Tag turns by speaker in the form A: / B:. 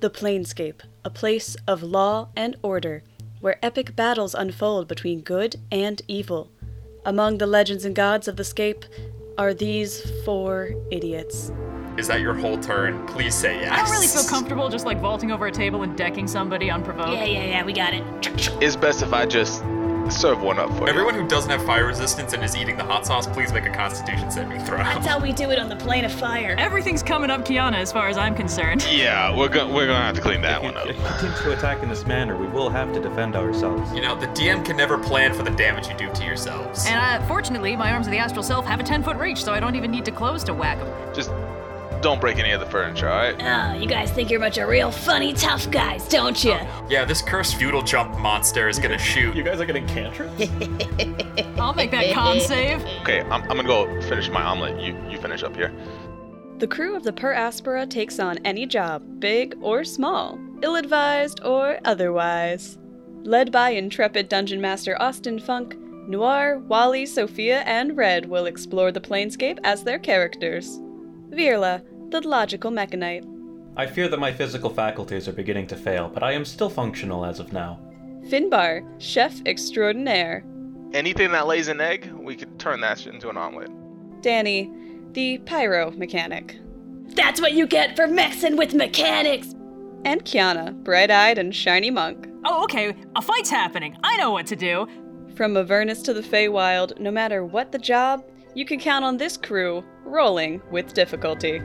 A: The Plainscape, a place of law and order, where epic battles unfold between good and evil. Among the legends and gods of the scape are these four idiots.
B: Is that your whole turn? Please say yes.
C: I don't really feel comfortable just like vaulting over a table and decking somebody unprovoked.
D: Yeah, yeah, yeah, we got it.
E: It's best if I just serve one up for you.
B: Everyone who doesn't have fire resistance and is eating the hot sauce, please make a Constitution saving throw.
D: That's how we do it on the plane of fire.
C: Everything's coming up Kiana as far as I'm concerned.
E: Yeah, we're gonna we're gonna have to clean that one up.
F: If you continue to attack in this manner, we will have to defend ourselves.
B: You know, the DM can never plan for the damage you do to yourselves.
C: And uh, fortunately, my arms of the astral self have a 10 foot reach, so I don't even need to close to whack them.
E: Just don't break any of the furniture, all right?
D: Oh, you guys think you're a bunch of real funny, tough guys, don't you?
B: yeah, this cursed feudal jump monster is gonna shoot.
G: You guys are getting cantrips?
C: I'll make that con save.
E: Okay, I'm, I'm gonna go finish my omelet. You you finish up here.
A: The crew of the Per Aspera takes on any job, big or small, ill advised or otherwise. Led by intrepid Dungeon Master Austin Funk, Noir, Wally, Sophia, and Red will explore the planescape as their characters. Virla, the logical mechanite.
F: I fear that my physical faculties are beginning to fail, but I am still functional as of now.
A: Finbar, chef extraordinaire.
E: Anything that lays an egg, we could turn that shit into an omelet.
A: Danny, the pyro mechanic.
D: That's what you get for mixing with mechanics.
A: And Kiana, bright eyed and shiny monk.
C: Oh, okay, a fight's happening. I know what to do.
A: From Avernus to the Feywild, no matter what the job, you can count on this crew rolling with difficulty.